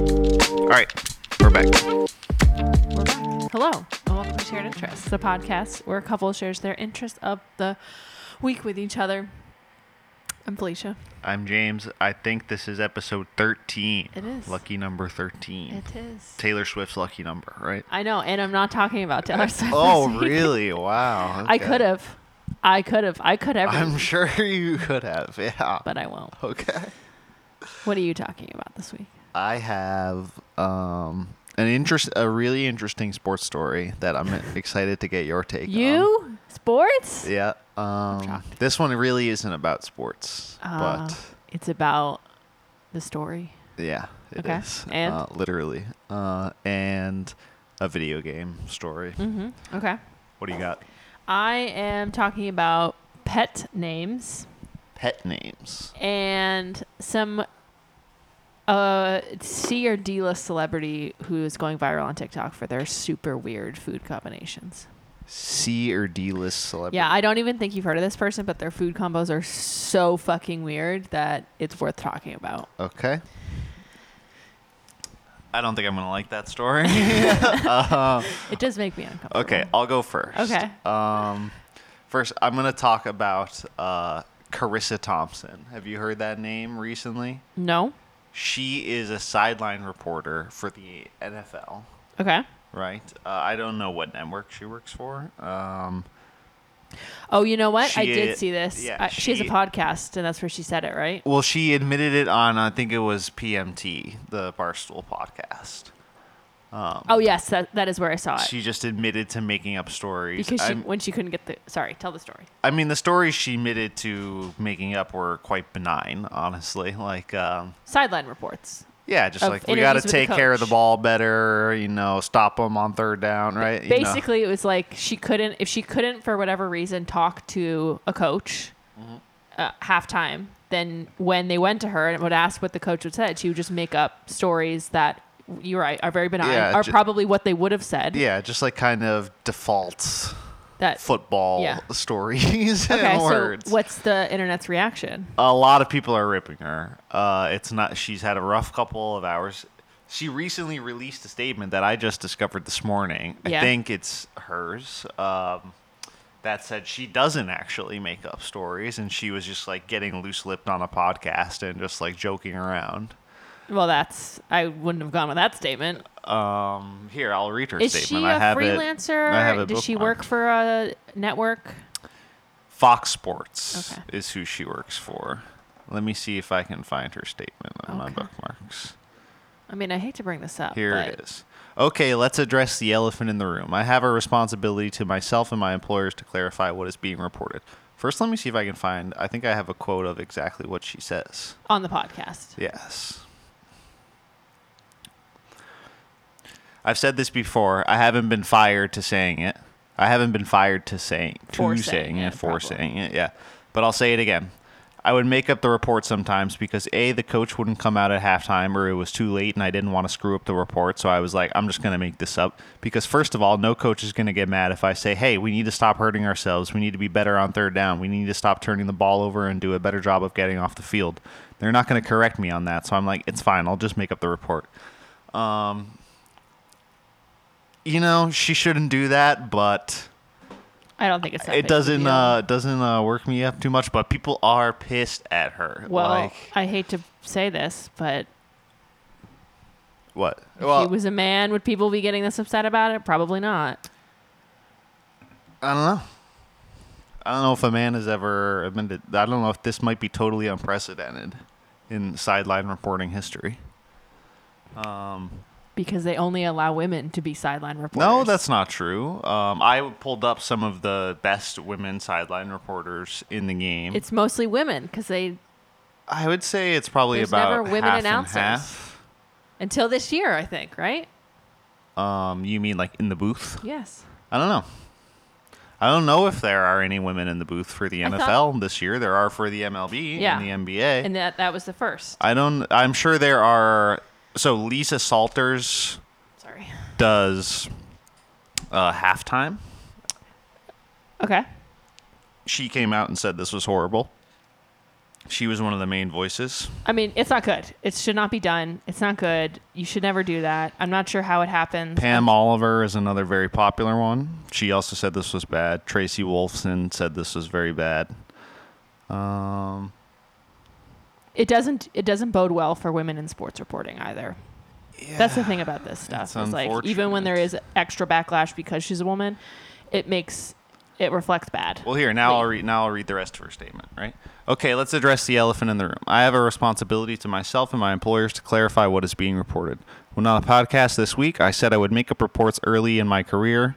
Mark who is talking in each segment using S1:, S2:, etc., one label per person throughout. S1: All right, we're back.
S2: We're back. Hello, and welcome to Shared Interests, the podcast where a couple shares their interest of the week with each other. I'm Felicia.
S1: I'm James. I think this is episode 13.
S2: It is.
S1: Lucky number 13.
S2: is.
S1: Taylor Swift's lucky number, right?
S2: I know, and I'm not talking about Taylor Swift.
S1: Oh,
S2: this week.
S1: really? Wow.
S2: I
S1: okay.
S2: could have. I could have. I could have.
S1: I'm sure you could have. Yeah.
S2: but I won't.
S1: Okay.
S2: What are you talking about this week?
S1: I have um an interest a really interesting sports story that I'm excited to get your take on.
S2: You? Sports?
S1: Yeah. Um
S2: shocked.
S1: this one really isn't about sports,
S2: Uh,
S1: but
S2: It's about the story.
S1: Yeah, it is
S2: Okay, and?
S1: Uh, literally. Uh, and a video game story.
S2: Mm-hmm. Okay.
S1: What do you got?
S2: I am talking about pet names.
S1: Pet names.
S2: and some uh C or D list celebrity who is going viral on TikTok for their super weird food combinations.
S1: C or D list celebrity.
S2: Yeah, I don't even think you've heard of this person, but their food combos are so fucking weird that it's worth talking about.
S1: okay. I don't think I'm gonna like that story. Uh,
S2: It does make me uncomfortable.
S1: okay, I'll go first.
S2: Okay.
S1: Um, first, I'm gonna talk about uh, Carissa Thompson. Have you heard that name recently?
S2: No.
S1: She is a sideline reporter for the NFL.
S2: Okay.
S1: right? Uh, I don't know what network she works for. Um,
S2: Oh, you know what? I
S1: She
S2: did
S1: is-
S2: see this.
S1: yeah,
S2: I- she, has
S1: she-
S2: a podcast, and that's where she said it, right?
S1: well, she admitted it on I think it was PMT, the Barstool podcast.
S2: Oh, yes, that, that is where I saw it.
S1: Um, She just admitted to making up stories.
S2: because she,
S1: I'm-
S2: when she couldn't get the sorry, tell the story.
S1: I mean, the stories she admitted to making up were quite benign, honestly. Like, um,
S2: Sideline reports.
S1: yeah, just
S2: Of
S1: like we got to
S2: interviews with the
S1: take care of the
S2: coach.
S1: ball better, you know, stop them on third down, right? You know.
S2: basically it was like she couldn't if she couldn't for whatever reason talk to a coach
S1: Mm-hmm.
S2: uh, halftime then when they went to her and would ask what the coach would said she would just make up stories that you're right are very benign
S1: Yeah,
S2: are
S1: ju-
S2: probably what they would have said
S1: yeah, just like kind of default
S2: that
S1: football
S2: Yeah.
S1: stories and
S2: okay
S1: words.
S2: so what's the internet's reaction
S1: a lot of people are ripping her. Uh, it's not. She's had a rough couple of hours. She recently released a statement that I just discovered this morning. I
S2: Yeah.
S1: think it's hers. Um, that said, she doesn't actually make up stories, and she was just like getting loose lipped on a podcast and just like joking around.
S2: well that's i wouldn't have gone with that statement
S1: Um, here, I'll read her
S2: is she
S1: statement.
S2: a
S1: I have it-
S2: freelancer
S1: I have it
S2: does she
S1: bookmarked.
S2: work for a network
S1: Fox Sports
S2: Okay.
S1: is who she works for. Let me see if I can find her statement on my
S2: Okay.
S1: bookmarks.
S2: i mean i hate to bring this up
S1: Here
S2: but
S1: it is. Okay, let's address the elephant in the room. I have a responsibility to myself and my employers to clarify what is being reported. First, let me see if I can find. I think I have a quote of exactly what she says.
S2: on the podcast
S1: Yes. I've said this before. I haven't been fired to saying it. I haven't been fired to saying to
S2: For
S1: saying,
S2: saying
S1: it,
S2: it,
S1: for
S2: probably.
S1: saying it. Yeah, but I'll say it again. I would make up the report sometimes because a the coach wouldn't come out at halftime or it was too late and I didn't want to screw up the report, so I was like, I'm just gonna make this up because first of all, no coach is gonna get mad if I say, hey, we need to stop hurting ourselves, we need to be better on third down, we need to stop turning the ball over and do a better job of getting off the field. They're not gonna correct me on that, so I'm like, it's fine, I'll just make up the report you know she shouldn't do that but
S2: i don't think it's that big of
S1: it
S2: a
S1: doesn't
S2: deal.
S1: uh doesn't uh work me up too much but people are pissed at her
S2: Well,
S1: like
S2: I hate to say this, but
S1: what
S2: if
S1: well
S2: he was a man, would people be getting this upset about it? Probably not.
S1: i don't know i don't know if a man has ever admitted i don't know if this might be totally unprecedented in sideline reporting history
S2: Because they only allow women to be sideline reporters.
S1: no that's not true um i pulled up some of the best women sideline reporters in the game
S2: it's mostly women because they
S1: i would say it's probably
S2: There's
S1: about
S2: never women
S1: half
S2: announcers.
S1: and half
S2: until this year, I think, right?
S1: um you mean like in the booth
S2: Yes.
S1: I don't know. I don't know if there are any women in the booth for the
S2: I thought-
S1: NFL this year. There are for the MLB
S2: Yeah.
S1: and the NBA.
S2: And that that was the first.
S1: I don't. I'm sure there are. So Lisa Salters
S2: Sorry.
S1: does uh, halftime.
S2: Okay.
S1: She came out and said this was horrible. She was one of the main voices.
S2: I mean, it's not good. It should not be done. It's not good. You should never do that. I'm not sure how it happens.
S1: Pam Oliver is another very popular one. She also said this was bad. Tracy Wolfson said this was very bad. Um,
S2: It doesn't. It doesn't bode well for women in sports reporting either. That's the thing about this stuff.
S1: That's
S2: Is like even when there is
S1: unfortunate.
S2: extra backlash because she's a woman, it makes it reflects bad.
S1: Well, here now
S2: Wait.
S1: I'll read now I'll read the rest of her statement. Right? Okay, let's address the elephant in the room. I have a responsibility to myself and my employers to clarify what is being reported. When on a podcast this week, I said I would make up reports early in my career.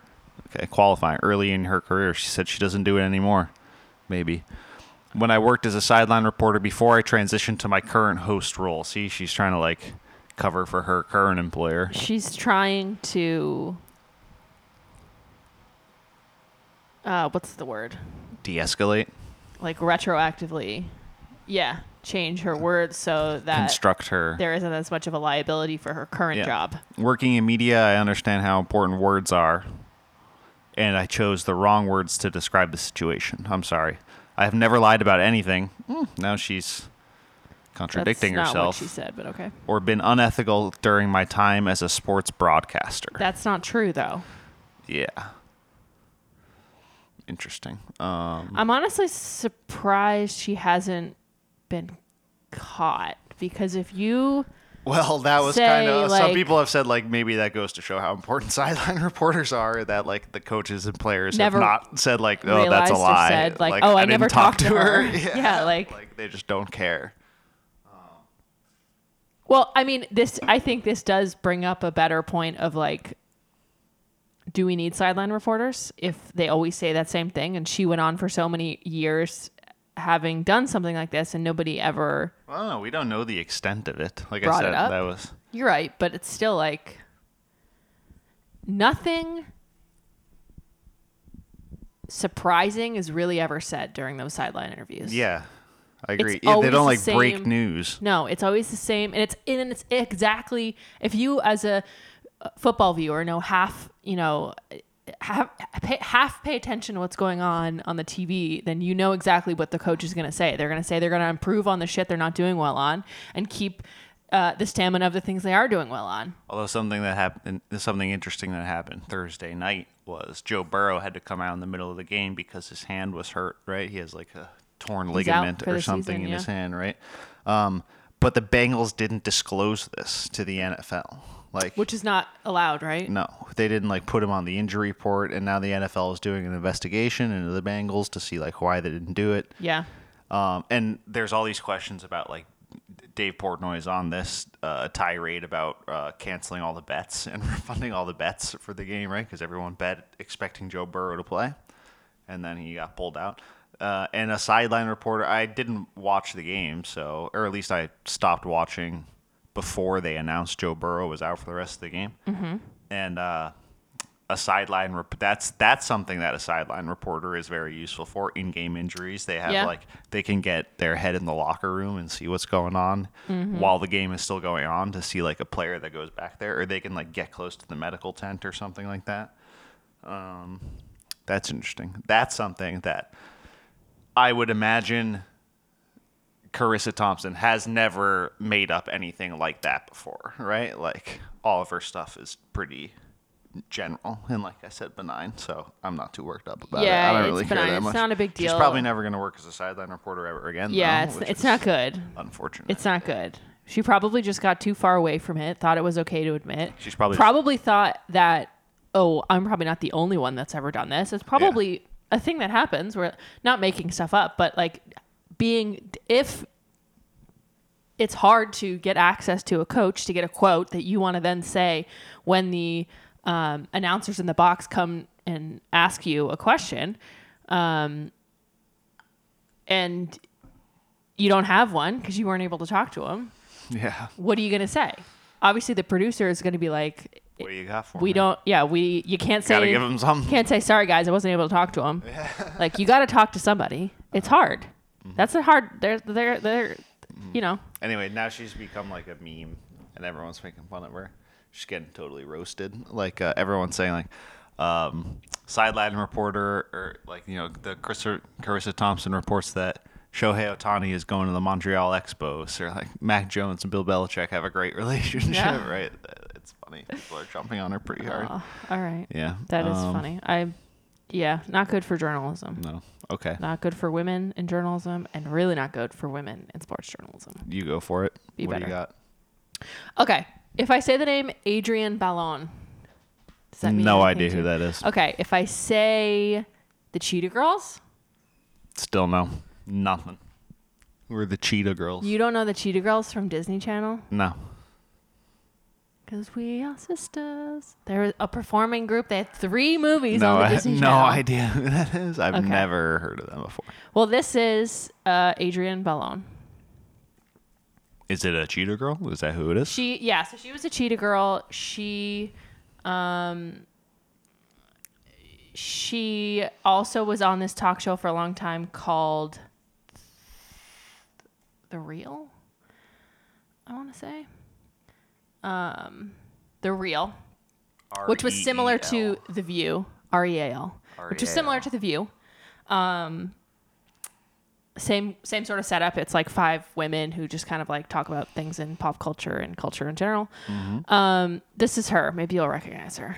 S1: Okay, qualifying early in her career. She said she doesn't do it anymore. Maybe. When I worked as a sideline reporter before I transitioned to my current host role. See, she's trying to like cover for her current employer.
S2: She's trying to. Uh, what's the word?
S1: De-escalate,
S2: Like retroactively, yeah, change her words so that
S1: construct her.
S2: there isn't as much of a liability for her current
S1: Yeah.
S2: job.
S1: working in media, I understand how important words are, and I chose the wrong words to describe the situation. I'm sorry. I have never lied about anything. Mm, now she's contradicting
S2: That's Not what
S1: herself
S2: she said, but okay.
S1: or been unethical during my time as a sports broadcaster.
S2: That's not true though.
S1: yeah. Interesting. Um,
S2: I'm honestly surprised she hasn't been caught because if you
S1: well, that was
S2: Say,
S1: kind of. some
S2: like-
S1: people have said like maybe that goes to show how important sideline reporters are. That like the coaches and players
S2: Never
S1: have not said like oh
S2: realized
S1: that's a lie.
S2: or said like, "Oh, I,
S1: didn't
S2: never
S1: talk
S2: talked to her,", yeah. like
S1: like they just don't care.
S2: Well, I mean, this I think this does bring up a better point of like do we need sideline reporters if they always say that same thing and she went on for so many years having done something like this and nobody ever
S1: Well, no, we don't know the extent of it. Like I
S2: Brought it
S1: said,
S2: up?
S1: that was
S2: You're right, but it's still like nothing surprising is really ever said during those sideline interviews.
S1: yeah. I agree.
S2: It's
S1: Yeah, they
S2: always the
S1: don't like break
S2: same-
S1: news.
S2: No, it's always the same, and it's and it's exactly if you as a uh, football viewer know half, you know, half pay, half pay attention to what's going on on the TV, then you know exactly what the coach is going to say. They're going to say they're going to improve on the shit they're not doing well on and keep uh, the stamina of the things they are doing well on.
S1: Although something that happened, something interesting that happened Thursday night was Joe Burrow had to come out in the middle of the game because his hand was hurt. Right, he has like a torn
S2: He's out
S1: ligament
S2: for
S1: or
S2: the
S1: something
S2: season,
S1: in
S2: yeah.
S1: his hand. Right, um, but the Bengals didn't disclose this to the NFL. Like
S2: Which is not allowed, right?
S1: No, they didn't like put him on the injury report, and now the NFL is doing an investigation into the Bengals to see like why they didn't do it.
S2: Yeah.
S1: Um, and there's all these questions about like Dave Portnoy's on this uh, tirade about uh, canceling all the bets and refunding all the bets for the game, right? Because everyone bet expecting Joe Burrow to play, and then he got pulled out. Uh, and a sideline reporter, I didn't watch the game, so or at least I stopped watching before they announced Joe Burrow was out for the rest of the game. Mm-hmm. And uh, a sideline rep- that's that's something that a sideline reporter is very useful for in game injuries. They have
S2: Yeah.
S1: like they can get their head in the locker room and see what's going on while the game is still going on to see like a player that goes back there, or they can like get close to the medical tent or something like that. Um, that's interesting. That's something that I would imagine Carissa Thompson has never made up anything like that before, right? Like all of her stuff is pretty general and like I said, benign, so I'm not too worked up about
S2: Yeah,
S1: it. I
S2: it's
S1: don't really care
S2: benign.
S1: that
S2: It's
S1: much.
S2: not a big
S1: She's
S2: deal.
S1: probably never gonna work as a sideline reporter ever again.
S2: Yeah,
S1: though,
S2: it's
S1: which
S2: it's
S1: is
S2: not good.
S1: Unfortunate.
S2: It's not good. She probably just got too far away from it, thought it was okay to admit.
S1: She's probably-
S2: probably thought that, oh, I'm probably not the only one that's ever done this. It's probably a thing that happens where not making stuff up, but like being if it's hard to get access to a coach to get a quote that you want to then say when the um, announcers in the box come and ask you a question. Um, and you don't have one because you weren't able to talk to him.
S1: yeah.
S2: What are you going to say? Obviously, the producer is going to be like,
S1: What do you got for
S2: we
S1: me?
S2: don't, yeah, we, you can't say,
S1: Gotta give him something.
S2: can't say, sorry guys, I wasn't able to talk to him. like, you got to talk to somebody. It's hard.
S1: Mm-hmm.
S2: That's a hard, they're, they're, they're, you know,
S1: Anyway, now she's become like a meme, and everyone's making fun of her. She's getting totally roasted. Like uh, everyone's saying, like um, sideline reporter or like you know the Carissa, Carissa Thompson reports that Shohei Otani is going to the Montreal Expos, or like Mac Jones and Bill Belichick have a great relationship,
S2: Yeah.
S1: right? It's funny. People are jumping on her pretty hard.
S2: Oh, all right.
S1: yeah.
S2: That is
S1: um,
S2: funny. I, yeah, not good for journalism.
S1: No. Okay.
S2: Not good for women in journalism, and really not good for women in sports journalism.
S1: You go for it.
S2: Be
S1: what do you
S2: better.
S1: got?
S2: Okay, if I say the name Adrian Ballon, does that mean
S1: No
S2: anything
S1: idea
S2: to
S1: who
S2: you?
S1: that is.
S2: Okay, if I say the Cheetah Girls,
S1: Still no. Nothing. We're the Cheetah Girls.
S2: you don't know the Cheetah Girls from Disney Channel
S1: no.
S2: because we are sisters. They're a performing group. They had three movies
S1: no,
S2: on the
S1: I,
S2: Disney
S1: no
S2: Channel.
S1: idea who that is. I've
S2: Okay.
S1: never heard of them before.
S2: Well, this is uh, Adrian Ballon.
S1: Is it a Cheetah Girl? Is that who it is?
S2: She yeah, so she was a cheetah girl. She um she also was on this talk show for a long time called The Real. I want to say. Um The Real, which was similar
S1: E
S2: to The View, R E A L, which was similar
S1: REAL.
S2: to The View. Um same same sort of setup. It's like five women who just kind of like talk about things in pop culture and culture in general.
S1: Mm-hmm.
S2: Um, this is her. Maybe you'll recognize her.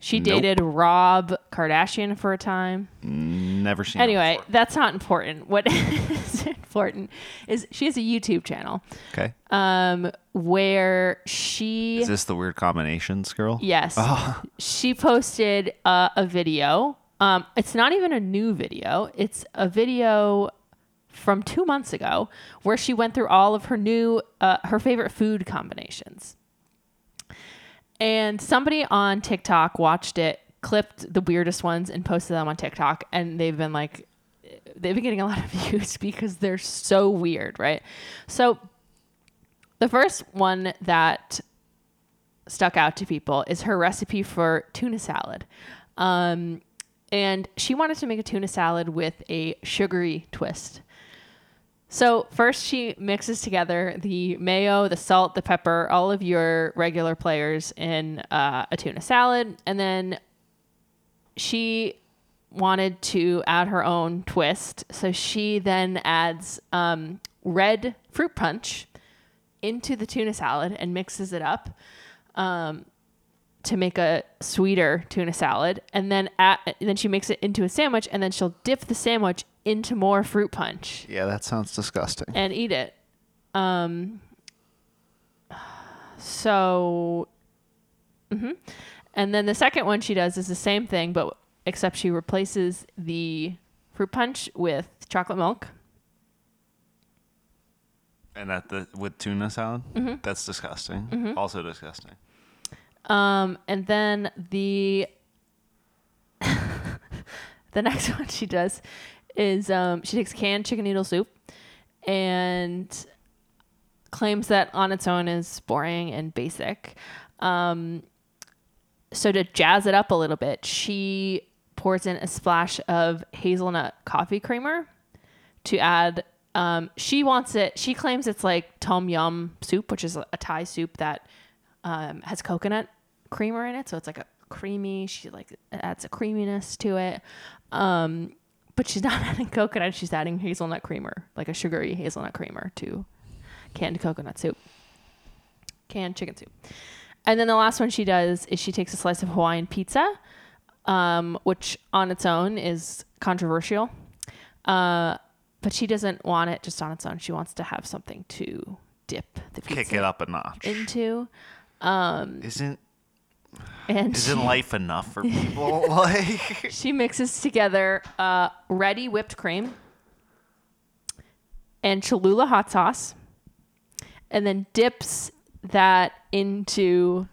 S2: She
S1: Nope.
S2: dated Rob Kardashian for a time.
S1: Never seen. them
S2: Anyway,
S1: before.
S2: that's not important. What is important is she has a YouTube channel
S1: Okay.
S2: um, where she
S1: is this the weird combinations girl? Oh,
S2: Yes. She posted uh, a video. Um, it's not even a new video, it's a video from two months ago where she went through all of her new, uh, her favorite food combinations. And somebody on TikTok watched it, clipped the weirdest ones, and posted them on TikTok. And they've been like, they've been getting a lot of views because they're so weird, right? So the first one that stuck out to people is her recipe for tuna salad. Um, and she wanted to make a tuna salad with a sugary twist. So, first, she mixes together the mayo, the salt, the pepper, all of your regular players in uh, a tuna salad. And then she wanted to add her own twist. So, she then adds um, red fruit punch into the tuna salad and mixes it up um, to make a sweeter tuna salad and then at, and then she makes it into a sandwich and then she'll dip the sandwich into more fruit punch
S1: Yeah, that sounds disgusting.
S2: and eat it um so mhm. and then the second one she does is the same thing but except she replaces the fruit punch with chocolate milk
S1: And that the with tuna salad.
S2: Mm-hmm.
S1: That's disgusting. Also disgusting.
S2: Um, and then the the next one she does is um, she takes canned chicken noodle soup and claims that on its own is boring and basic. Um, so to jazz it up a little bit, she pours in a splash of hazelnut coffee creamer to add. Um, she wants it. She claims it's like tom yum soup, which is a Thai soup that um, has coconut creamer in it, so it's like a creamy. She like adds a creaminess to it, um, but she's not adding coconut. She's adding hazelnut creamer, like a sugary hazelnut creamer to canned coconut soup, canned chicken soup. And then the last one she does is she takes a slice of Hawaiian pizza, um, which on its own is controversial. Uh, but she doesn't want it just on its own. She wants to have something to dip the pizza
S1: Kick it up a notch.
S2: into.
S1: isn't
S2: And she-
S1: isn't life enough for people? like
S2: She mixes together uh, ready whipped cream and Cholula hot sauce, and then dips that into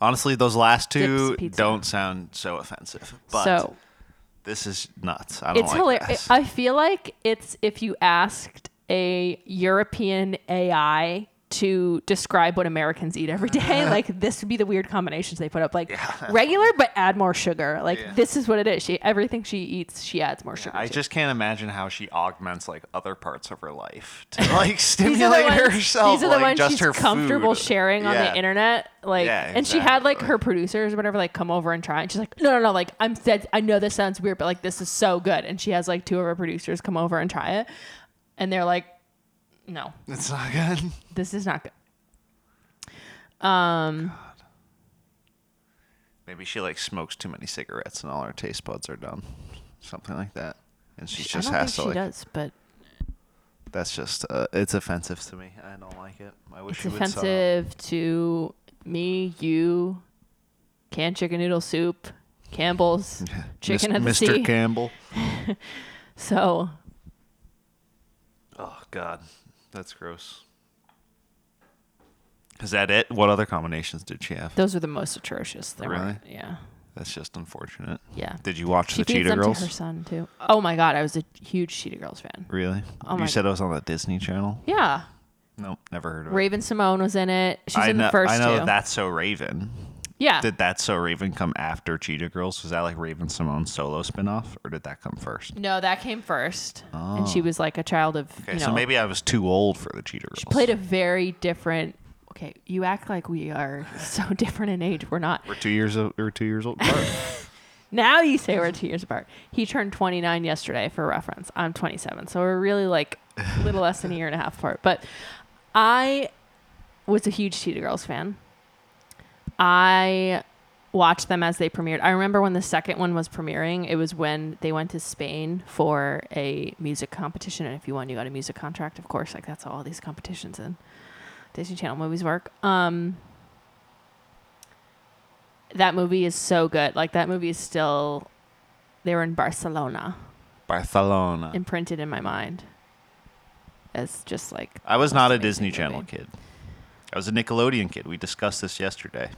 S1: honestly, those last two
S2: Dips pizza.
S1: don't sound so offensive. But
S2: so
S1: this is nuts. I don't
S2: it's
S1: like
S2: hilarious.
S1: this.
S2: I feel like it's if you asked a European AI to describe what Americans eat every day, like this would be the weird combinations they put up, like regular but add more sugar. Like
S1: Yeah.
S2: this is what it is. She everything she eats, she adds more sugar.
S1: I
S2: to.
S1: just can't imagine how she augments like other parts of her life to like
S2: These are the
S1: stimulate
S2: ones-
S1: herself.
S2: These are the
S1: like
S2: ones
S1: just
S2: she's
S1: her
S2: comfortable
S1: food.
S2: sharing on
S1: Yeah.
S2: the internet Like,
S1: Yeah,
S2: and she had like
S1: exactly.
S2: her producers or whatever like come over and try. And she's like, no, no, no. Like, I'm said. I know this sounds weird, but like this is so good. And she has like two of her producers come over and try it, and they're like, no,
S1: It's not good.
S2: this is not good.
S1: Maybe she like smokes too many cigarettes and all her taste buds are done, something like that. And she
S2: I
S1: just
S2: don't
S1: has
S2: think
S1: to
S2: she
S1: like.
S2: does, but
S1: That's just uh, it's offensive to me. I don't like it. I wish
S2: it's
S1: you would stop.
S2: offensive to me, you, canned chicken noodle soup, Campbell's, chicken at the
S1: Mis- Mr.
S2: sea.
S1: Campbell.
S2: so
S1: Oh God, that's gross. Is that it? What other combinations did she have?
S2: those are the most atrocious. There were-
S1: Really?
S2: Yeah.
S1: That's just unfortunate.
S2: Yeah.
S1: Did you watch
S2: She
S1: the
S2: feeds
S1: Cheetah
S2: them to her
S1: Girls?
S2: son too. Oh my god, I was a huge Cheetah Girls fan.
S1: Really?
S2: Oh
S1: you
S2: my-
S1: said it was on the Disney Channel.
S2: Yeah,
S1: Nope, never heard of it.
S2: Raven Simone was in it. She's
S1: I
S2: in
S1: know.
S2: the first
S1: I know
S2: two. Ah.
S1: that's so Raven.
S2: yeah,
S1: Did that so Raven come after Cheetah Girls? Was that like Raven Simone's solo spinoff, or did that come first?
S2: no, that came first, and she was like a child of.
S1: Oh. Okay,
S2: you know,
S1: so maybe I was too old for the Cheetah Girls.
S2: she played a very different. Okay, you act like we are so different in age. We're not.
S1: We're two years. o- We're two years old. apart.
S2: Now you say we're two years apart. He turned 29 yesterday for reference. I'm 27. So we're really like a little less than a year and a half apart. But I was a huge Cheetah Girls fan. I watched them as they premiered. I remember when the second one was premiering, it was when they went to Spain for a music competition. And if you won, you got a music contract, of course. Like that's how all these competitions in Disney Channel movies work. Um, that movie is so good. Like that movie is still they were in Barcelona,
S1: Barcelona.
S2: imprinted in my mind. As just like
S1: I was not a
S2: amazing
S1: Disney
S2: movie.
S1: Channel kid. I was a Nickelodeon kid. We discussed this yesterday.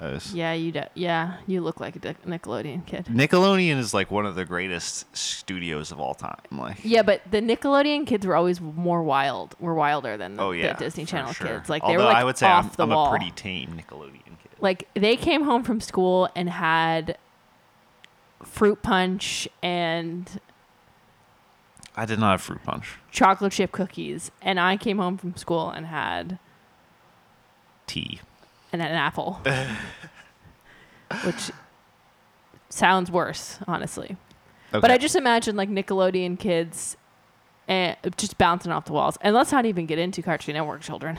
S1: I was-
S2: Yeah, you do, yeah, you look like a Dick- Nickelodeon kid.
S1: Nickelodeon is like one of the greatest studios of all time. Like,
S2: Yeah, but the Nickelodeon kids were always more wild. Were wilder than the,
S1: oh
S2: the
S1: yeah,
S2: Disney
S1: for
S2: Channel
S1: sure.
S2: kids. Like they
S1: Although
S2: were like
S1: I would say
S2: off
S1: I'm,
S2: the
S1: I'm
S2: wall.
S1: a pretty tame Nickelodeon kid.
S2: like they came home from school and had fruit punch and
S1: I did not have fruit punch,
S2: chocolate chip cookies, and I came home from school and had
S1: tea.
S2: and an apple, which sounds worse, honestly. But
S1: Okay.
S2: I just imagine like Nickelodeon kids and just bouncing off the walls. And let's not even get into Cartoon Network children.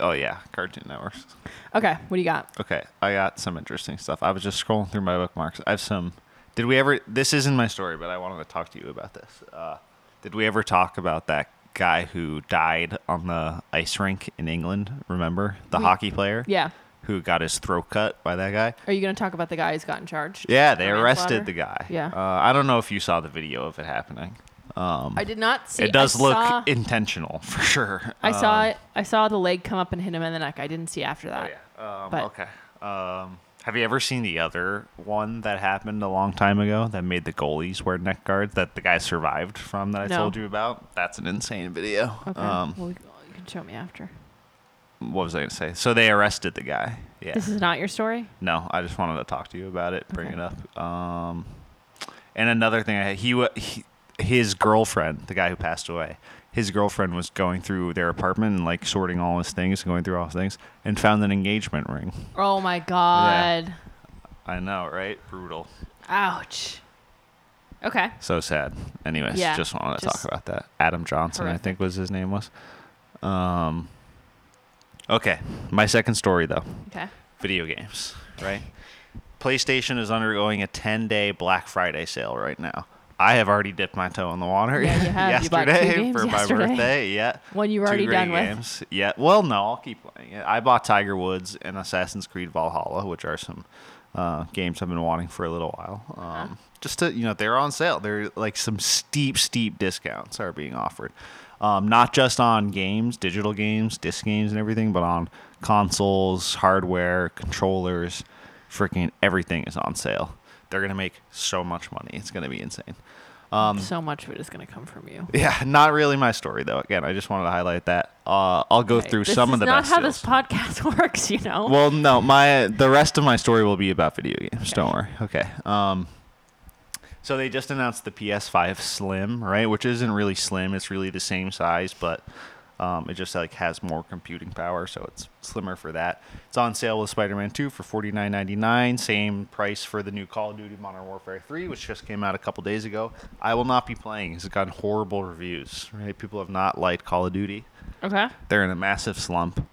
S1: oh yeah, Cartoon Networks.
S2: Okay, what do you got?
S1: Okay, I got some interesting stuff. I was just scrolling through my bookmarks. I have some. Did we ever? This isn't my story, but I wanted to talk to you about this. Uh, did we ever talk about that guy who died on the ice rink in England? Remember the hockey player?
S2: Mm. Yeah.
S1: Who got his throat cut by that guy?
S2: Are you going to talk about the guy who's gotten charged?
S1: Yeah, they
S2: For manslaughter?
S1: arrested the guy.
S2: Yeah.
S1: Uh, I don't know if you saw the video of it happening. Um,
S2: I did not see
S1: it does
S2: I
S1: look
S2: saw-
S1: intentional for sure. Um,
S2: I saw it. I saw the leg come up and hit him in the neck. I didn't see after that.
S1: yeah. Um,
S2: but-
S1: okay. Um, have you ever seen the other one that happened a long time ago that made the goalies wear neck guards that the guy survived from that I
S2: No.
S1: told you about? That's an insane video.
S2: Okay.
S1: Um,
S2: well, you can show me after.
S1: what was I going to say? So they arrested the guy. Yeah.
S2: This is not your story.
S1: No, I just wanted to talk to you about it, bring
S2: Okay.
S1: it up. Um, and another thing, I, he, wa- he his girlfriend, the guy who passed away, his girlfriend was going through their apartment and like sorting all his things, going through all his things, and found an engagement ring.
S2: Oh my god.
S1: I know, right? Brutal.
S2: Ouch. Okay.
S1: So sad. Anyways,
S2: Yeah,
S1: just wanted to
S2: just
S1: talk about that. Adam Johnson, I
S2: horrific.
S1: think was his name was. Um, okay, my second story though.
S2: Okay.
S1: video games, right? PlayStation is undergoing a 10 day Black Friday sale right now. I have already dipped my toe in the water
S2: Yeah, you have. You bought two
S1: yesterday
S2: games
S1: for
S2: yesterday.
S1: my birthday. Yeah.
S2: One you were
S1: Two
S2: already
S1: great
S2: done with.
S1: games. Yeah. Well, no, I'll keep playing it. I bought Tiger Woods and Assassin's Creed Valhalla, which are some uh, games I've been wanting for a little while. Um,
S2: Uh-huh.
S1: Just to, you know, they're on sale. They're like some steep, steep discounts are being offered. Um, not just on games, digital games, disc games, and everything, but on consoles, hardware, controllers, freaking everything is on sale. They're going to make so much money. It's going to be insane.
S2: so much of it is going to come from you.
S1: Yeah, not really my story though. Again, I just wanted to highlight that. Uh, I'll go through
S2: This
S1: some
S2: is
S1: of the
S2: not
S1: best
S2: how
S1: deals.
S2: this podcast works, you know.
S1: well, no, my the rest of my story will be about video games. Don't worry. Okay. Um, so they just announced the PS5 Slim, right? Which isn't really slim; it's really the same size, but Um, it just like has more computing power, so it's slimmer for that. It's on sale with Spider-Man 2 for $49.99, same price for the new Call of Duty Modern Warfare 3, which just came out a couple days ago. I will not be playing. It's gotten horrible reviews. Right? People have not liked Call of Duty.
S2: Okay.
S1: They're in a massive slump,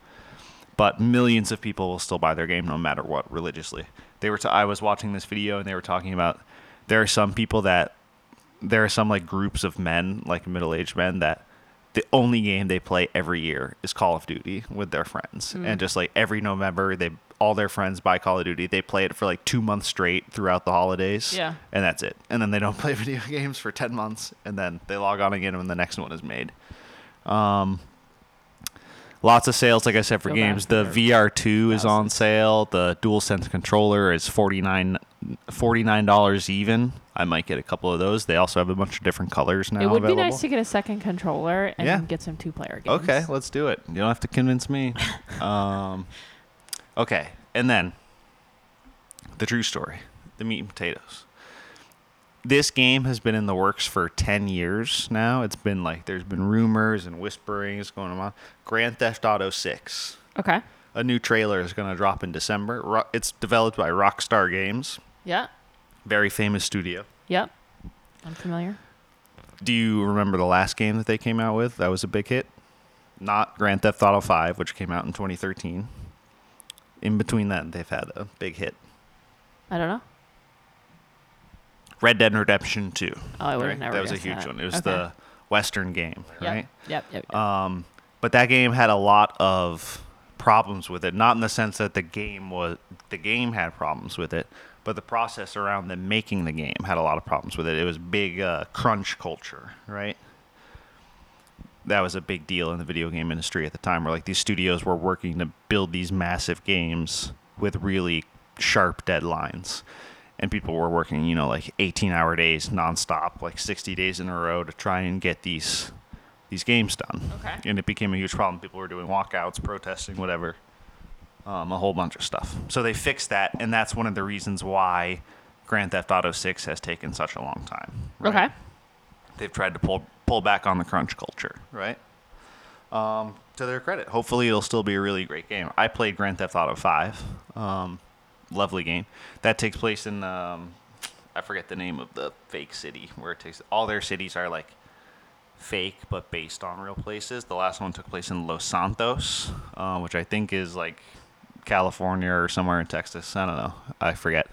S1: but millions of people will still buy their game no matter what religiously. They were. T- I was watching this video and they were talking about there are some people that there are some like groups of men, like middle-aged men, that the only game they play every year is Call of Duty with their friends, and just like every November, they all their friends buy Call of Duty. They play it for like two months straight throughout the holidays.
S2: Yeah.
S1: and that's it. And then they don't play video games for ten months, and then they log on again when the next one is made. Lots of sales, like I said, for
S2: Feel bad
S1: games.
S2: for
S1: The
S2: their
S1: VR2 is on sale. The DualSense controller is $49, $49 even. I might get a couple of those. They also have a bunch of different colors now
S2: it would
S1: available.
S2: be nice to get a second controller and
S1: Yeah.
S2: get some two-player games.
S1: okay, let's do it. You don't have to convince me. um, okay, and then the true story the meat and potatoes. This game has been in the works for 10 years now. It's been like there's been rumors and whisperings going on. Grand Theft Auto 6.
S2: Okay.
S1: A new trailer is going to drop in December. Ro- It's developed by Rockstar Games,
S2: Yeah.
S1: very famous studio.
S2: Yep. I'm familiar.
S1: Do you remember the last game that they came out with that was a big hit? Not Grand Theft Auto 5, which came out in 2013. In between that, they've had a big hit.
S2: I don't know.
S1: Red Dead Redemption 2.
S2: Oh, I would have
S1: right?
S2: never
S1: That was a
S2: guessed
S1: huge
S2: that.
S1: one. It was
S2: Okay.
S1: the Western game,
S2: Yep.
S1: right?
S2: Yep. Yep. yep.
S1: Um, but that game had a lot of problems with it. Not in the sense that the game was the game had problems with it, but the process around them making the game had a lot of problems with it. It was big uh, crunch culture, right? That was a big deal in the video game industry at the time, where like these studios were working to build these massive games with really sharp deadlines. And people were working, you know, like 18 hour days nonstop, like 60 days in a row to try and get these these games done.
S2: Okay.
S1: And it became a huge problem. People were doing walkouts, protesting, whatever, um, a whole bunch of stuff. So they fixed that, and that's one of the reasons why Grand Theft Auto 6 has taken such a long time. right?
S2: Okay.
S1: They've tried to pull pull back on the crunch culture, right? Um, to their credit, hopefully it'll still be a really great game. I played Grand Theft Auto 5. Um, lovely game. That takes place in um, I forget the name of the fake city where it takes all their cities are like fake but based on real places. The last one took place in Los Santos, uh, which I think is like California or somewhere in Texas. I don't know. I forget.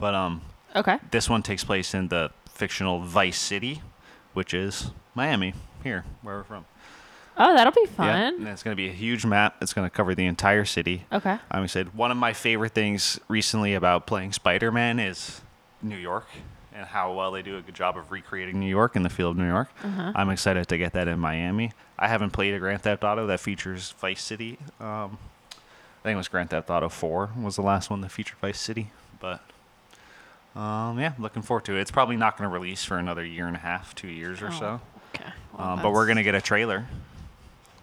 S1: But um,
S2: Okay.
S1: this one takes place in the fictional Vice City, which is Miami, here, where we're from.
S2: Oh, that'll be
S1: Yeah,
S2: fun.
S1: and it's going to be a huge map. It's going to cover the entire city.
S2: Okay.
S1: I'm excited. One of my favorite things recently about playing Spider Man is New York and how well they do a good job of recreating New York in the field of New York.
S2: Mm-hmm.
S1: I'm excited to get that in Miami. I haven't played a Grand Theft Auto that features Vice City. Um, I think it was Grand Theft Auto 4 was the last one that featured Vice City, but. Um, yeah, looking forward to it. It's probably not going to release for another year and a half, two years or
S2: Oh,
S1: so.
S2: Okay. Well,
S1: Um, but we're going
S2: that's
S1: to get a trailer.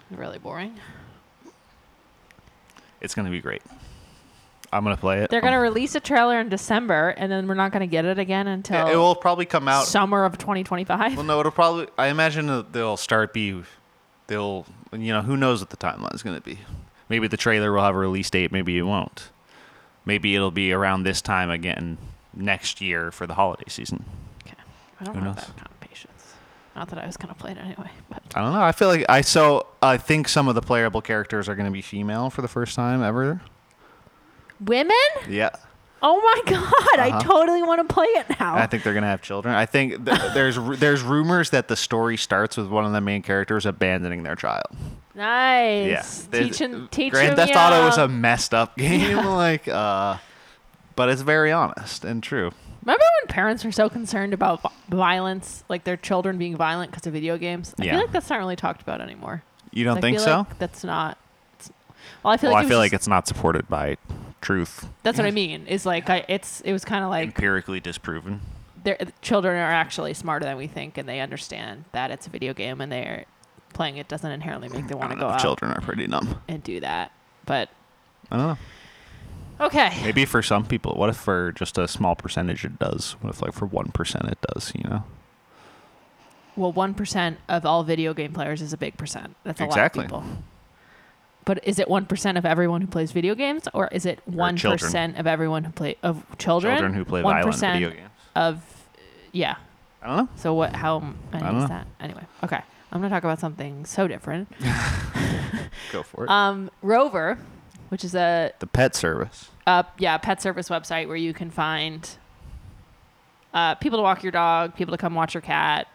S2: really boring.
S1: It's going to be great. I'm going to play it.
S2: They're going to
S1: Um,
S2: release a trailer in December, and then we're not going to get it again until
S1: yeah, it will probably come out
S2: summer of 2025.
S1: Well, no, it'll probably. I imagine that they'll start be, they'll you know who knows what the timeline is going to be. Maybe the trailer will have a release date. Maybe it won't. Maybe it'll be around this time again next year for the holiday season.
S2: okay. I don't
S1: who
S2: have
S1: knows?
S2: that kind of patience. Not that I was going to play it anyway, but
S1: I don't know. I feel like I so I think some of the playable characters are going to be female for the first time ever.
S2: women?
S1: Yeah,
S2: Oh my god! I totally want to play it now.
S1: Uh-huh. I think they're going to have children. I think th- there's ru- there's rumors that the story starts with one of the main characters abandoning their child.
S2: nice.
S1: There's-
S2: Teaching, teaching.
S1: Grand Theft Auto was a messed up game, like, uh, but it's very honest and true.
S2: Remember when parents were so concerned about vi- violence, like their children being violent because of video games? I
S1: Yeah.
S2: feel like that's not really talked about anymore.
S1: You don't
S2: I
S1: think
S2: feel
S1: so?
S2: Like that's not. It's, well, I feel
S1: well,
S2: like
S1: I
S2: it
S1: feel
S2: was
S1: like
S2: just-
S1: it's not supported by truth,
S2: that's what I mean. Is like I, it's it was kind of like
S1: empirically disproven.
S2: their children are actually smarter than we think, and they understand that it's a video game, and they're playing it doesn't inherently make them
S1: I
S2: want to
S1: don't
S2: go
S1: know if
S2: out
S1: children are pretty dumb.
S2: and do that. But
S1: I don't know.
S2: okay,
S1: Maybe for some people, what if for just a small percentage it does? What if like for one percent it does? You know,
S2: well, one percent of all video game players is a big percent. That's a
S1: Exactly.
S2: lot of people. But is it one percent of everyone who plays video games, or is it one percent of everyone who play of children?
S1: Children who play violent
S2: 1%
S1: video games.
S2: Of yeah.
S1: I don't know.
S2: So what? How many
S1: don't know.
S2: is that? Anyway, okay. I'm gonna talk about something so different.
S1: Go for it.
S2: Um, Rover, which is a
S1: the pet service.
S2: uh, yeah, pet service website where you can find uh, people to walk your dog, people to come watch your cat,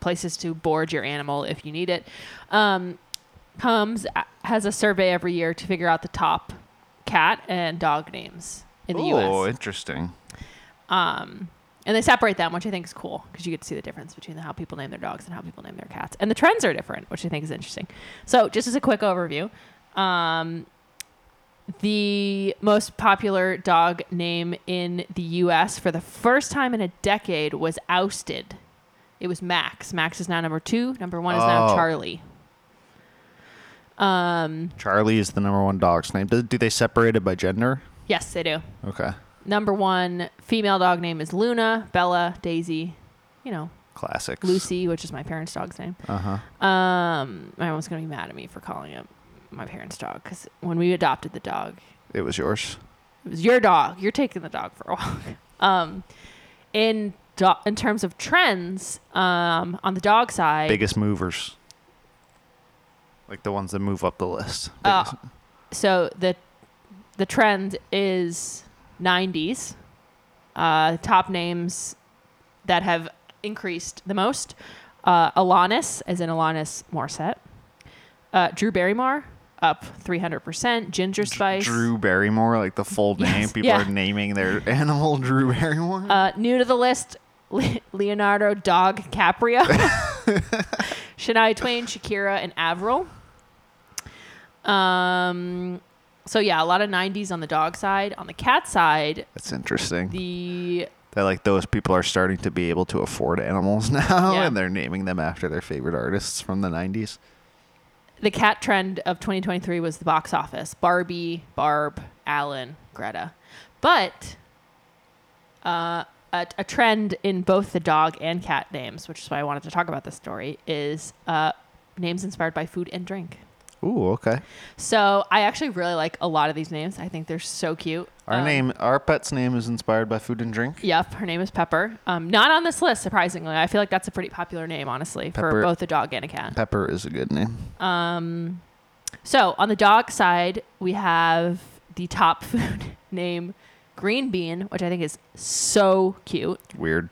S2: places to board your animal if you need it. Um, comes has a survey every year to figure out the top cat and dog names in the
S1: Oh,
S2: U.S.
S1: interesting.
S2: Um, and they separate them, which I think is cool because you get to see the difference between how people name their dogs and how people name their cats. And the trends are different, which I think is interesting. So, just as a quick overview, um, the most popular dog name in the US for the first time in a decade was ousted. It was Max. Max is now number two. Number one is now
S1: Oh.
S2: Charlie. Um,
S1: Charlie is the number one dog's name. Do, do they separate it by gender?
S2: yes, they do.
S1: Okay.
S2: Number one female dog name is Luna, Bella, Daisy, you know,
S1: Classics.
S2: Lucy, which is my parents' dog's name.
S1: Uh huh.
S2: Um, my mom's gonna be mad at me for calling it my parents' dog because when we adopted the dog,
S1: It was yours.
S2: it was your dog. You're taking the dog for a walk. Um, in do- in terms of trends, um, on the dog side,
S1: Biggest movers. Like the ones that move up the list.
S2: Uh,
S1: Biggest-
S2: so the the trend is 90s uh, top names that have increased the most uh, alanis as in alanis morissette uh, drew barrymore up 300% ginger spice
S1: Drew Barrymore, like the full
S2: Yes,
S1: name. People
S2: yeah.
S1: are naming their animal Drew Barrymore.
S2: uh, new to the list Le- leonardo dog caprio shania twain shakira and avril um, so yeah a lot of 90s on the dog side on the cat side
S1: That's interesting.
S2: the
S1: that like those people are starting to be able to afford animals now,
S2: Yeah.
S1: and they're naming them after their favorite artists from the '90s.
S2: the cat trend of 2023 was the box office barbie barb alan greta but uh, a, a trend in both the dog and cat names which is why i wanted to talk about this story is uh, names inspired by food and drink
S1: Ooh, okay.
S2: so i actually really like a lot of these names i think they're so cute
S1: Our
S2: Um,
S1: name, our pet's name is inspired by food and drink.
S2: Yep, her name is Pepper. Um, not on this list, surprisingly. I feel like that's a pretty popular name, honestly, for
S1: Pepper-
S2: both a dog and a cat.
S1: Pepper is a good name.
S2: Um, so on the dog side, we have the top food name green bean, which I think is so cute.
S1: Weird.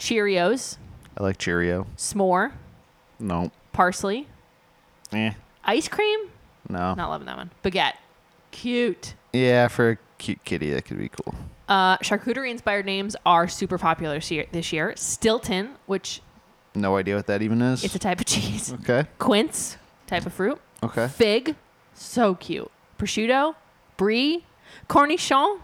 S2: Cheerios,
S1: I like Cheerio.
S2: s'more,
S1: No.
S2: parsley,
S1: Eh.
S2: ice cream.
S1: No.
S2: Not loving that one. Baguette, cute.
S1: Yeah, for a cute kitty, that could be cool.
S2: Uh, charcuterie inspired names are super popular this year- this year. Stilton, which
S1: No idea what that even is.
S2: it's a type of cheese.
S1: okay.
S2: Quince, type of fruit.
S1: Mm-hmm. Okay.
S2: Fig, so cute. Prosciutto, brie, cornichon.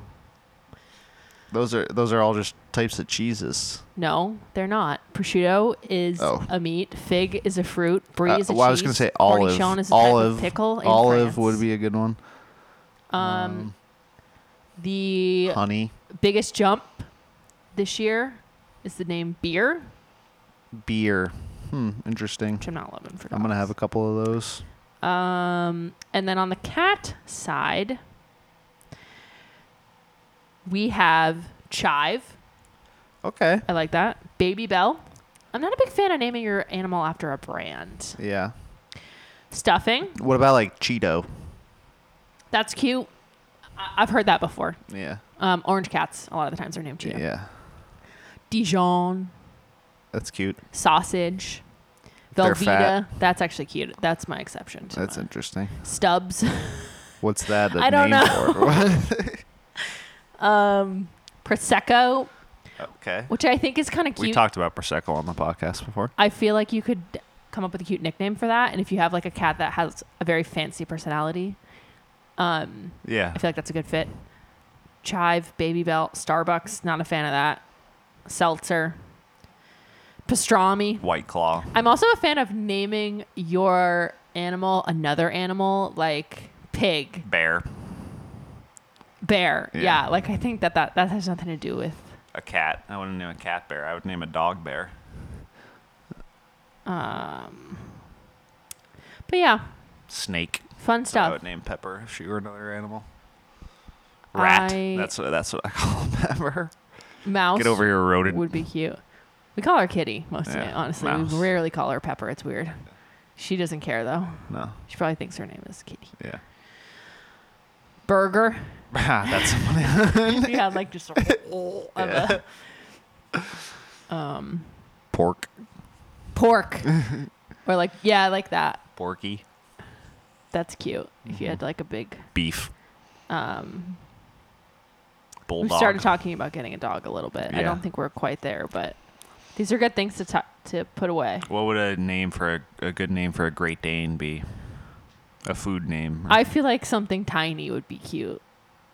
S1: Those are those are all just types of cheeses.
S2: No, they're not. Prosciutto is
S1: Oh.
S2: a meat. Fig is a fruit. Brie
S1: Uh,
S2: is a
S1: well, I was
S2: cheese.
S1: gonna say olive.
S2: Cornichon is a type
S1: olive
S2: of pickle. in
S1: Olive
S2: France.
S1: would be a good one.
S2: Um, the
S1: Honey,
S2: biggest jump this year is the name beer,
S1: beer. Hmm. Interesting.
S2: which I'm not loving for.
S1: I'm gonna have a couple of those.
S2: a. Um, and then on the cat side, we have chive.
S1: Okay.
S2: I like that. Baby Bell. I'm not a big fan of naming your animal after a brand.
S1: Yeah.
S2: Stuffing.
S1: What about like Cheeto?
S2: That's cute. I- I've heard that before.
S1: Yeah.
S2: Um, orange cats, a lot of the times, are named Cheeto.
S1: Yeah.
S2: Dijon,
S1: That's cute.
S2: sausage,
S1: They're
S2: Velveeta. That's actually cute. That's my exception. To
S1: That's
S2: mine.
S1: interesting.
S2: Stubbs.
S1: What's that? A
S2: I don't
S1: name
S2: know.
S1: for? What?
S2: um, Prosecco,
S1: okay.
S2: which I think is kind of
S1: We
S2: cute.
S1: talked about prosecco on the podcast before.
S2: I feel like you could come up with a cute nickname for that. And if you have like a cat that has a very fancy personality, um,
S1: Yeah.
S2: I feel like that's a good fit. Chive, Baby Bell, Starbucks. Not a fan of that. Seltzer, pastrami.
S1: White Claw.
S2: I'm also a fan of naming your animal another animal, like pig,
S1: Bear.
S2: bear. Yeah.
S1: Yeah.
S2: like I think that, that that has nothing to do with.
S1: A cat. I wouldn't name a cat bear. I would name a dog bear.
S2: Um, but yeah,
S1: Snake.
S2: fun
S1: I
S2: stuff.
S1: would name Pepper if she were another animal. Rat.
S2: I-
S1: That's what that's what I call Pepper.
S2: Mouse
S1: Get over here, rodent.
S2: would be cute. We call her Kitty most of
S1: Yeah,
S2: it, honestly.
S1: Mouse.
S2: We rarely call her Pepper. It's weird. She doesn't care though.
S1: No.
S2: She probably thinks her name is Kitty.
S1: Yeah.
S2: Burger.
S1: that's somebody.
S2: if you had like just a, of
S1: Yeah.
S2: a um
S1: Pork.
S2: pork or like yeah I like that
S1: Porky.
S2: that's cute if
S1: Mm-hmm.
S2: you had like a big
S1: Beef.
S2: um
S1: Bulldog.
S2: we started talking about getting a dog a little bit i
S1: Yeah.
S2: don't think we're quite there but these are good things to t- to put away
S1: What would a name for a, a good name for a Great Dane be? A food name.
S2: i feel like something tiny would be cute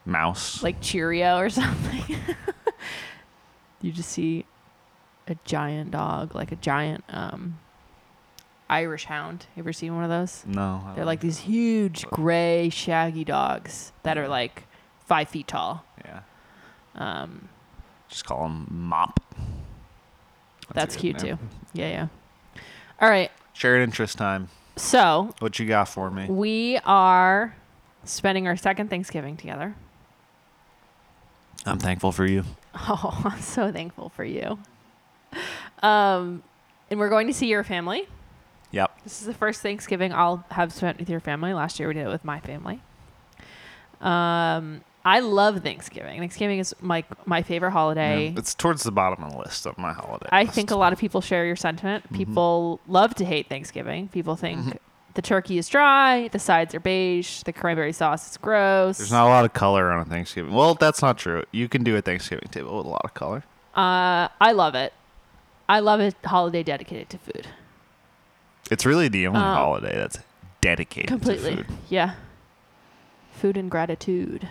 S1: Mouse.
S2: like cheerio or something you just see a giant dog like a giant um irish hound you ever seen one of those
S1: no. I
S2: They're
S1: don't-
S2: like these huge gray shaggy dogs that are like five feet tall.
S1: Yeah.
S2: Um,
S1: Just call him Mop. a
S2: that's
S1: good
S2: cute
S1: name.
S2: too. Yeah, yeah. All right.
S1: Shared interest time.
S2: So
S1: What you got for me?
S2: we are spending our second Thanksgiving together.
S1: I'm thankful for you.
S2: Oh, I'm so thankful for you. Um, and we're going to see your family.
S1: Yep.
S2: This is the first Thanksgiving I'll have spent with your family. Last year we did it with my family. Um, I love Thanksgiving. Thanksgiving is my my favorite holiday.
S1: Yeah, it's towards the bottom of the list of my holiday.
S2: I
S1: list.
S2: think a lot of people share your sentiment.
S1: Mm-hmm.
S2: People love to hate Thanksgiving. People think the turkey is dry, the sides are beige, the cranberry sauce is gross.
S1: There's not a lot of color on a Thanksgiving. Well, that's not true. You can do a Thanksgiving table with a lot of color.
S2: uh, I love it. I love a holiday dedicated to food.
S1: It's really the only
S2: Um,
S1: holiday that's dedicated
S2: Completely.
S1: to food.
S2: Yeah. Food and gratitude.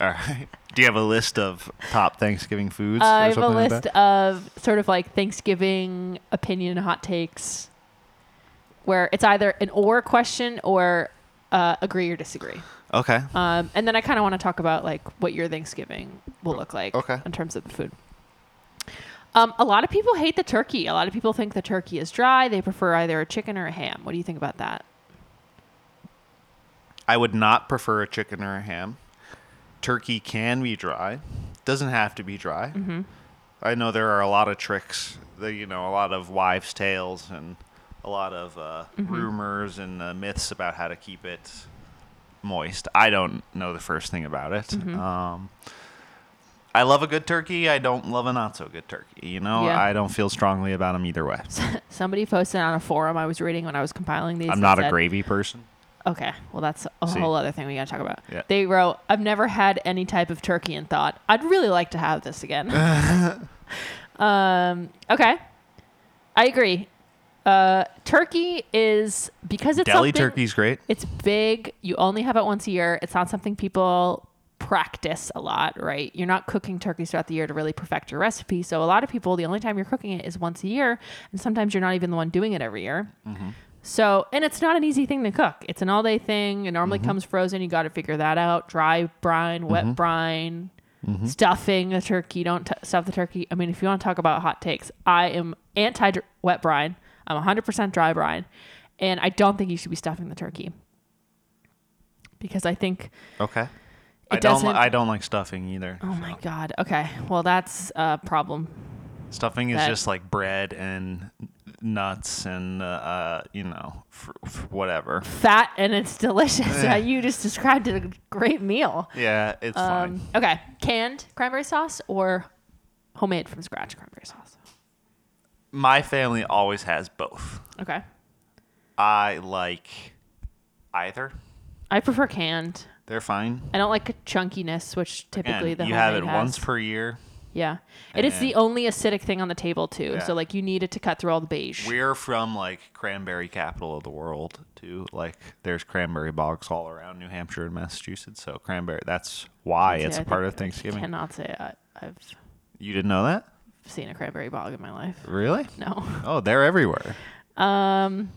S1: All right. Do you have a list of top Thanksgiving foods?
S2: I have
S1: or
S2: a
S1: something like
S2: list of sort of like Thanksgiving opinion hot takes where it's either an or question or uh, agree or disagree.
S1: that? Okay.
S2: Um, and then I kind of want to talk about like what your Thanksgiving will look like
S1: Okay.
S2: in terms of the food. Um, a lot of people hate the turkey. A lot of people think the turkey is dry. They prefer either a chicken or a ham. What do you think about that?
S1: I would not prefer a chicken or a ham. Turkey can be dry. Doesn't have to be dry. Mm-hmm. I know there are a lot of tricks. That, you know, a lot of wives' tales and a lot of uh,
S2: Mm-hmm.
S1: rumors and uh, myths about how to keep it moist. I don't know the first thing about it.
S2: Mm-hmm.
S1: Um, I love a good turkey. I don't love a not so good turkey. You know,
S2: Yeah.
S1: I don't feel strongly about them either way.
S2: Somebody posted on a forum I was reading when I was compiling these.
S1: I'm
S2: and
S1: not a
S2: said-
S1: gravy person.
S2: Okay, well that's a
S1: See?
S2: whole other thing we gotta talk about.
S1: Yeah.
S2: They wrote, "I've never had any type of turkey and thought I'd really like to have this again." um, okay, I agree. Uh, turkey is because it's
S1: Deli
S2: something-
S1: turkey's great.
S2: It's big. You only have it once a year. It's not something people practice a lot, right? You're not cooking turkeys throughout the year to really perfect your recipe. So a lot of people, the only time you're cooking it is once a year, and sometimes you're not even the one doing it every year. So, and it's not an easy thing to cook. It's an all day thing. It normally comes frozen. You got to figure that out. Dry brine, wet brine,
S1: Mm-hmm.
S2: stuffing a turkey. Don't t- stuff the turkey. I mean, if you want to talk about hot takes, I am anti dr- wet brine. I'm 100% dry brine. And I don't think you should be stuffing the turkey because I think,
S1: Okay.
S2: It
S1: I don't. Li-
S2: doesn't-
S1: I don't like stuffing either.
S2: oh my God. Okay. Well, that's a problem.
S1: Stuffing is
S2: that-
S1: just like bread and nuts and uh, uh, you know fr- fr- whatever.
S2: Fat and it's delicious. you just described it a great meal.
S1: Yeah, it's
S2: Um, okay, canned cranberry sauce or homemade from scratch cranberry sauce.
S1: fine. My family always has both.
S2: Okay,
S1: I like either.
S2: I prefer canned.
S1: They're fine.
S2: I don't like chunkiness, which typically
S1: And
S2: the
S1: you have it
S2: homemade
S1: once
S2: has.
S1: per year.
S2: yeah, it is the
S1: and-
S2: only acidic thing on the table too.
S1: Yeah.
S2: So like you need it to cut through all the beige.
S1: We're from like cranberry capital of the world too. Like there's cranberry bogs all around New Hampshire and Massachusetts. So cranberry. That's why
S2: Can't say
S1: it's
S2: I
S1: a part
S2: think-
S1: of Thanksgiving.
S2: Cannot say I, I've
S1: You didn't know that?
S2: seen a cranberry bog in my life.
S1: Really?
S2: No.
S1: Oh, they're everywhere.
S2: Um,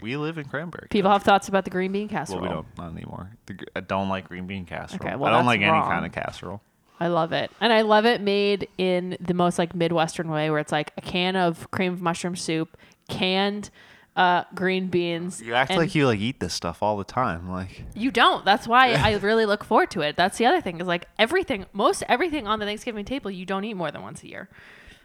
S1: We live in cranberry.
S2: people have thoughts about the green bean casserole.
S1: Well, we don't not anymore. The, gr- I don't like green bean casserole.
S2: Okay, well,
S1: I don't
S2: that's
S1: like any
S2: wrong.
S1: kind of casserole.
S2: I love it. And I love it made in the most like Midwestern way where it's like a can of cream of mushroom soup, canned uh, green beans.
S1: You act
S2: and
S1: like you like eat this stuff all the time. Like
S2: you don't. That's why I really look forward to it. That's the other thing is like everything, most everything on the Thanksgiving table, you don't eat more than once a year,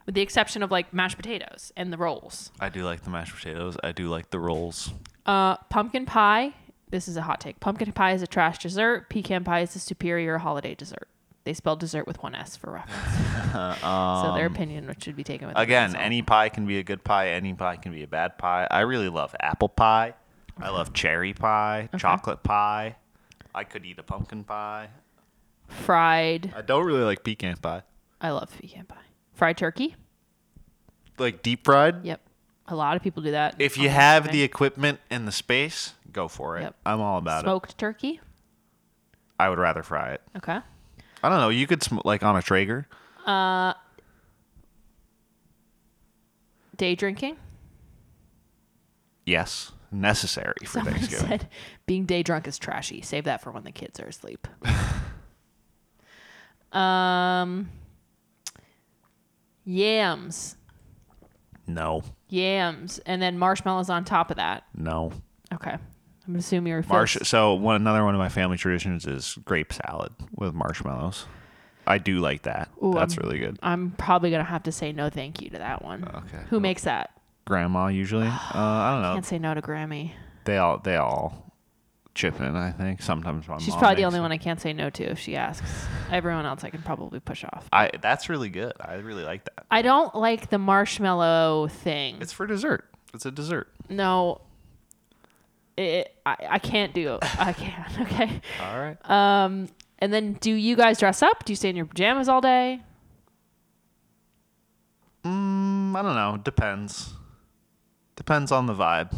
S2: with the exception of like mashed potatoes and the rolls.
S1: I do like the mashed potatoes. I do like the rolls.
S2: Uh, pumpkin pie. This is a hot take. Pumpkin pie is a trash dessert. Pecan pie is a superior holiday dessert. They spell dessert with one S for reference. so their opinion, which should be taken with a
S1: Um, Again,
S2: pencil.
S1: any pie can be a good pie. Any pie can be a bad pie. I really love apple pie. I love cherry pie, chocolate pie. I could eat a pumpkin pie.
S2: fried.
S1: I don't really like pecan pie.
S2: I love pecan pie. Fried turkey.
S1: Like deep fried.
S2: Yep. A lot of people do that.
S1: If
S2: on
S1: you have the
S2: Thanksgiving.
S1: equipment and the space, go for it.
S2: Yep.
S1: I'm all about it.
S2: smoked turkey.
S1: I would rather fry it.
S2: Okay.
S1: I don't know. You could sm- like on a Traeger.
S2: Day drinking.
S1: Yes, necessary for
S2: Someone
S1: Thanksgiving.
S2: said being day drunk is trashy. Save that for when the kids are asleep. um, yams,
S1: No,
S2: yams, and then marshmallows on top of that.
S1: no.
S2: Okay, I'm gonna assume you're a
S1: Marsh.
S2: fist.
S1: So one another one of my family traditions is grape salad with marshmallows. I do like that.
S2: Ooh,
S1: That's
S2: I'm-
S1: really good.
S2: I'm probably gonna have to say no, thank you to that one.
S1: Oh, Okay.
S2: Who makes that?
S1: Grandma usually. Uh, I don't know.
S2: Can't say no to Grammy.
S1: They all they all chip in. I think sometimes my
S2: She's
S1: mom
S2: probably the
S1: makes
S2: only
S1: it.
S2: one I can't say no to if she asks. Everyone else I can probably push off.
S1: I that's really good. I really like that.
S2: I don't like the marshmallow thing.
S1: It's for dessert. It's a dessert.
S2: No. It, I, I can't do it. I can't. Okay.
S1: All right.
S2: Uh, And then do you guys dress up? Do you stay in your pajamas all day?
S1: Mm, I don't know. Depends. Depends on the vibe.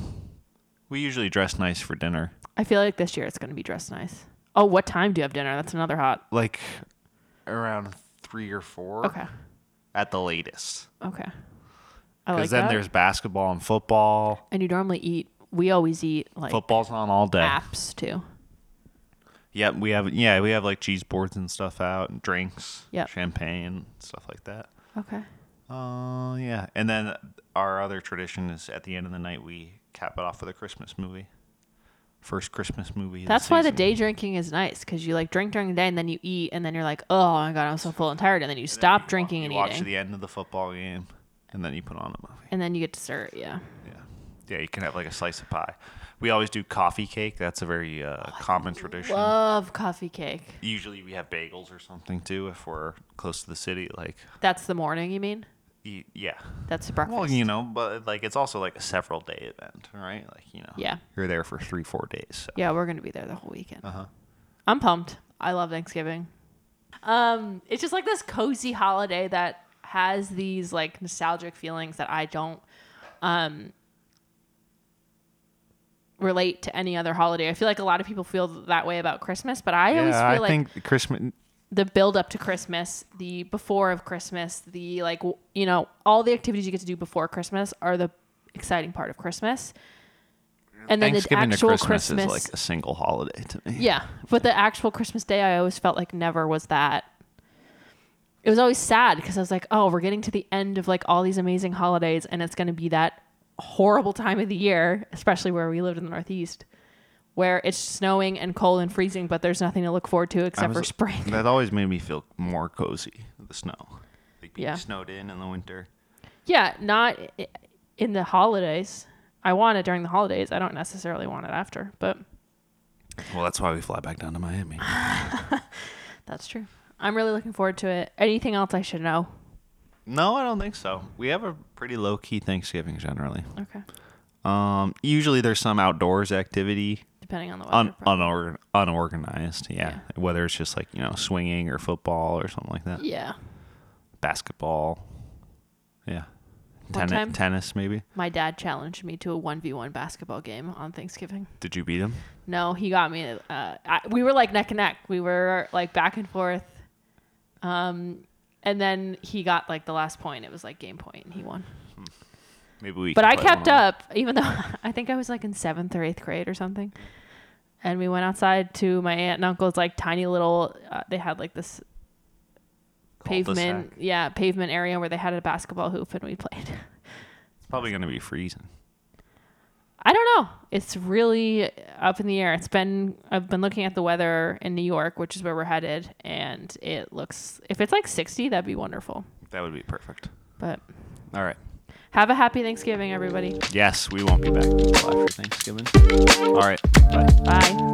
S1: We usually dress nice for dinner.
S2: I feel like this year it's going to be dressed nice. Oh, what time do you have dinner? That's another hot.
S1: Like around three or four
S2: Okay.
S1: at the latest.
S2: Okay. I
S1: Because
S2: like
S1: then
S2: that.
S1: there's basketball and football.
S2: and you normally eat, we always eat like
S1: Football's on all day.
S2: apps too.
S1: Yep, we have yeah, we have like cheese boards and stuff out and drinks,
S2: Yep.
S1: champagne, stuff like that.
S2: Okay.
S1: Uh, yeah. And then our other tradition is at the end of the night we cap it off with a Christmas movie. First Christmas movie. of
S2: That's why the
S1: season.
S2: day drinking is nice because you like drink during the day and then you eat and then you're like, oh my God, I'm so full and tired. And then you stop drinking
S1: you
S2: and
S1: watch
S2: eating.
S1: the end of the football game and then you put on a movie.
S2: and then you get dessert. Yeah.
S1: Yeah. Yeah, you can have like a slice of pie. We always do coffee cake. That's a very uh, common tradition.
S2: Oh, Love coffee cake.
S1: Usually we have bagels or something too if we're close to the city. Like,
S2: That's the morning, you mean?
S1: y- yeah.
S2: That's the breakfast.
S1: Well, you know, but like it's also like a several day event, right? Like, you know,
S2: Yeah.
S1: you're there for three, four days. So.
S2: Yeah, we're gonna be there the whole weekend. I'm pumped. I love Thanksgiving. Um, it's just like this cozy holiday that has these like nostalgic feelings that I don't um relate to any other holiday. I feel like a lot of people feel that way about Christmas, but I always feel
S1: I
S2: like
S1: think Christmas.
S2: the build up to Christmas, the before of Christmas, the like w- you know all the activities you get to do before Christmas are the exciting part of Christmas. And then the
S1: Thanksgiving
S2: actual
S1: to Christmas,
S2: Christmas,
S1: is like a single holiday to me.
S2: yeah, but the actual Christmas day, I always felt like never was that. It was always sad because I was like, oh, we're getting to the end of like all these amazing holidays, and it's going to be that horrible time of the year, especially where we lived in the Northeast, where it's snowing and cold and freezing, but there's nothing to look forward to
S1: I
S2: except for
S1: was-
S2: spring.
S1: That always made me feel more cozy. The snow, like being
S2: Yeah.
S1: snowed in in the winter.
S2: Yeah, not i- in the holidays. I want it during the holidays. I don't necessarily want it after, but
S1: Well, that's why we fly back down to Miami.
S2: that's true. I'm really looking forward to it. Anything else I should know?
S1: no, I don't think so. We have a pretty low key Thanksgiving generally.
S2: Okay.
S1: Um, usually there's some outdoors activity,
S2: Depending on the weather.
S1: un-
S2: probably.
S1: unor- unorganized. Yeah.
S2: Yeah.
S1: whether it's just like you know swinging or football or something like that,
S2: yeah.
S1: basketball. Yeah,
S2: One time-
S1: tennis maybe.
S2: My dad challenged me to a 1v1 basketball game on Thanksgiving.
S1: Did you beat him?
S2: No, he got me. Uh, I, we were like neck and neck. We were like back and forth. Um, and then he got like the last point. It was like game point, and he won.
S1: Maybe we.
S2: But
S1: can
S2: I
S1: play
S2: kept
S1: one-on-one.
S2: up, even though I think I was like in seventh or eighth grade or something. And we went outside to my aunt and uncle's like tiny little. Uh, they had like this pavement,
S3: Cul-de-sac.
S2: yeah, pavement area where they had a basketball hoop and we played.
S1: It's probably going to be freezing.
S2: I don't know. It's really up in the air. It's been I've been looking at the weather in New York, which is where we're headed, and it looks if it's like 60, that'd be wonderful.
S1: That would be perfect.
S2: But
S1: All right.
S2: have a happy Thanksgiving everybody.
S1: Yes, we won't be back until after Thanksgiving. All right. Bye.
S2: Bye.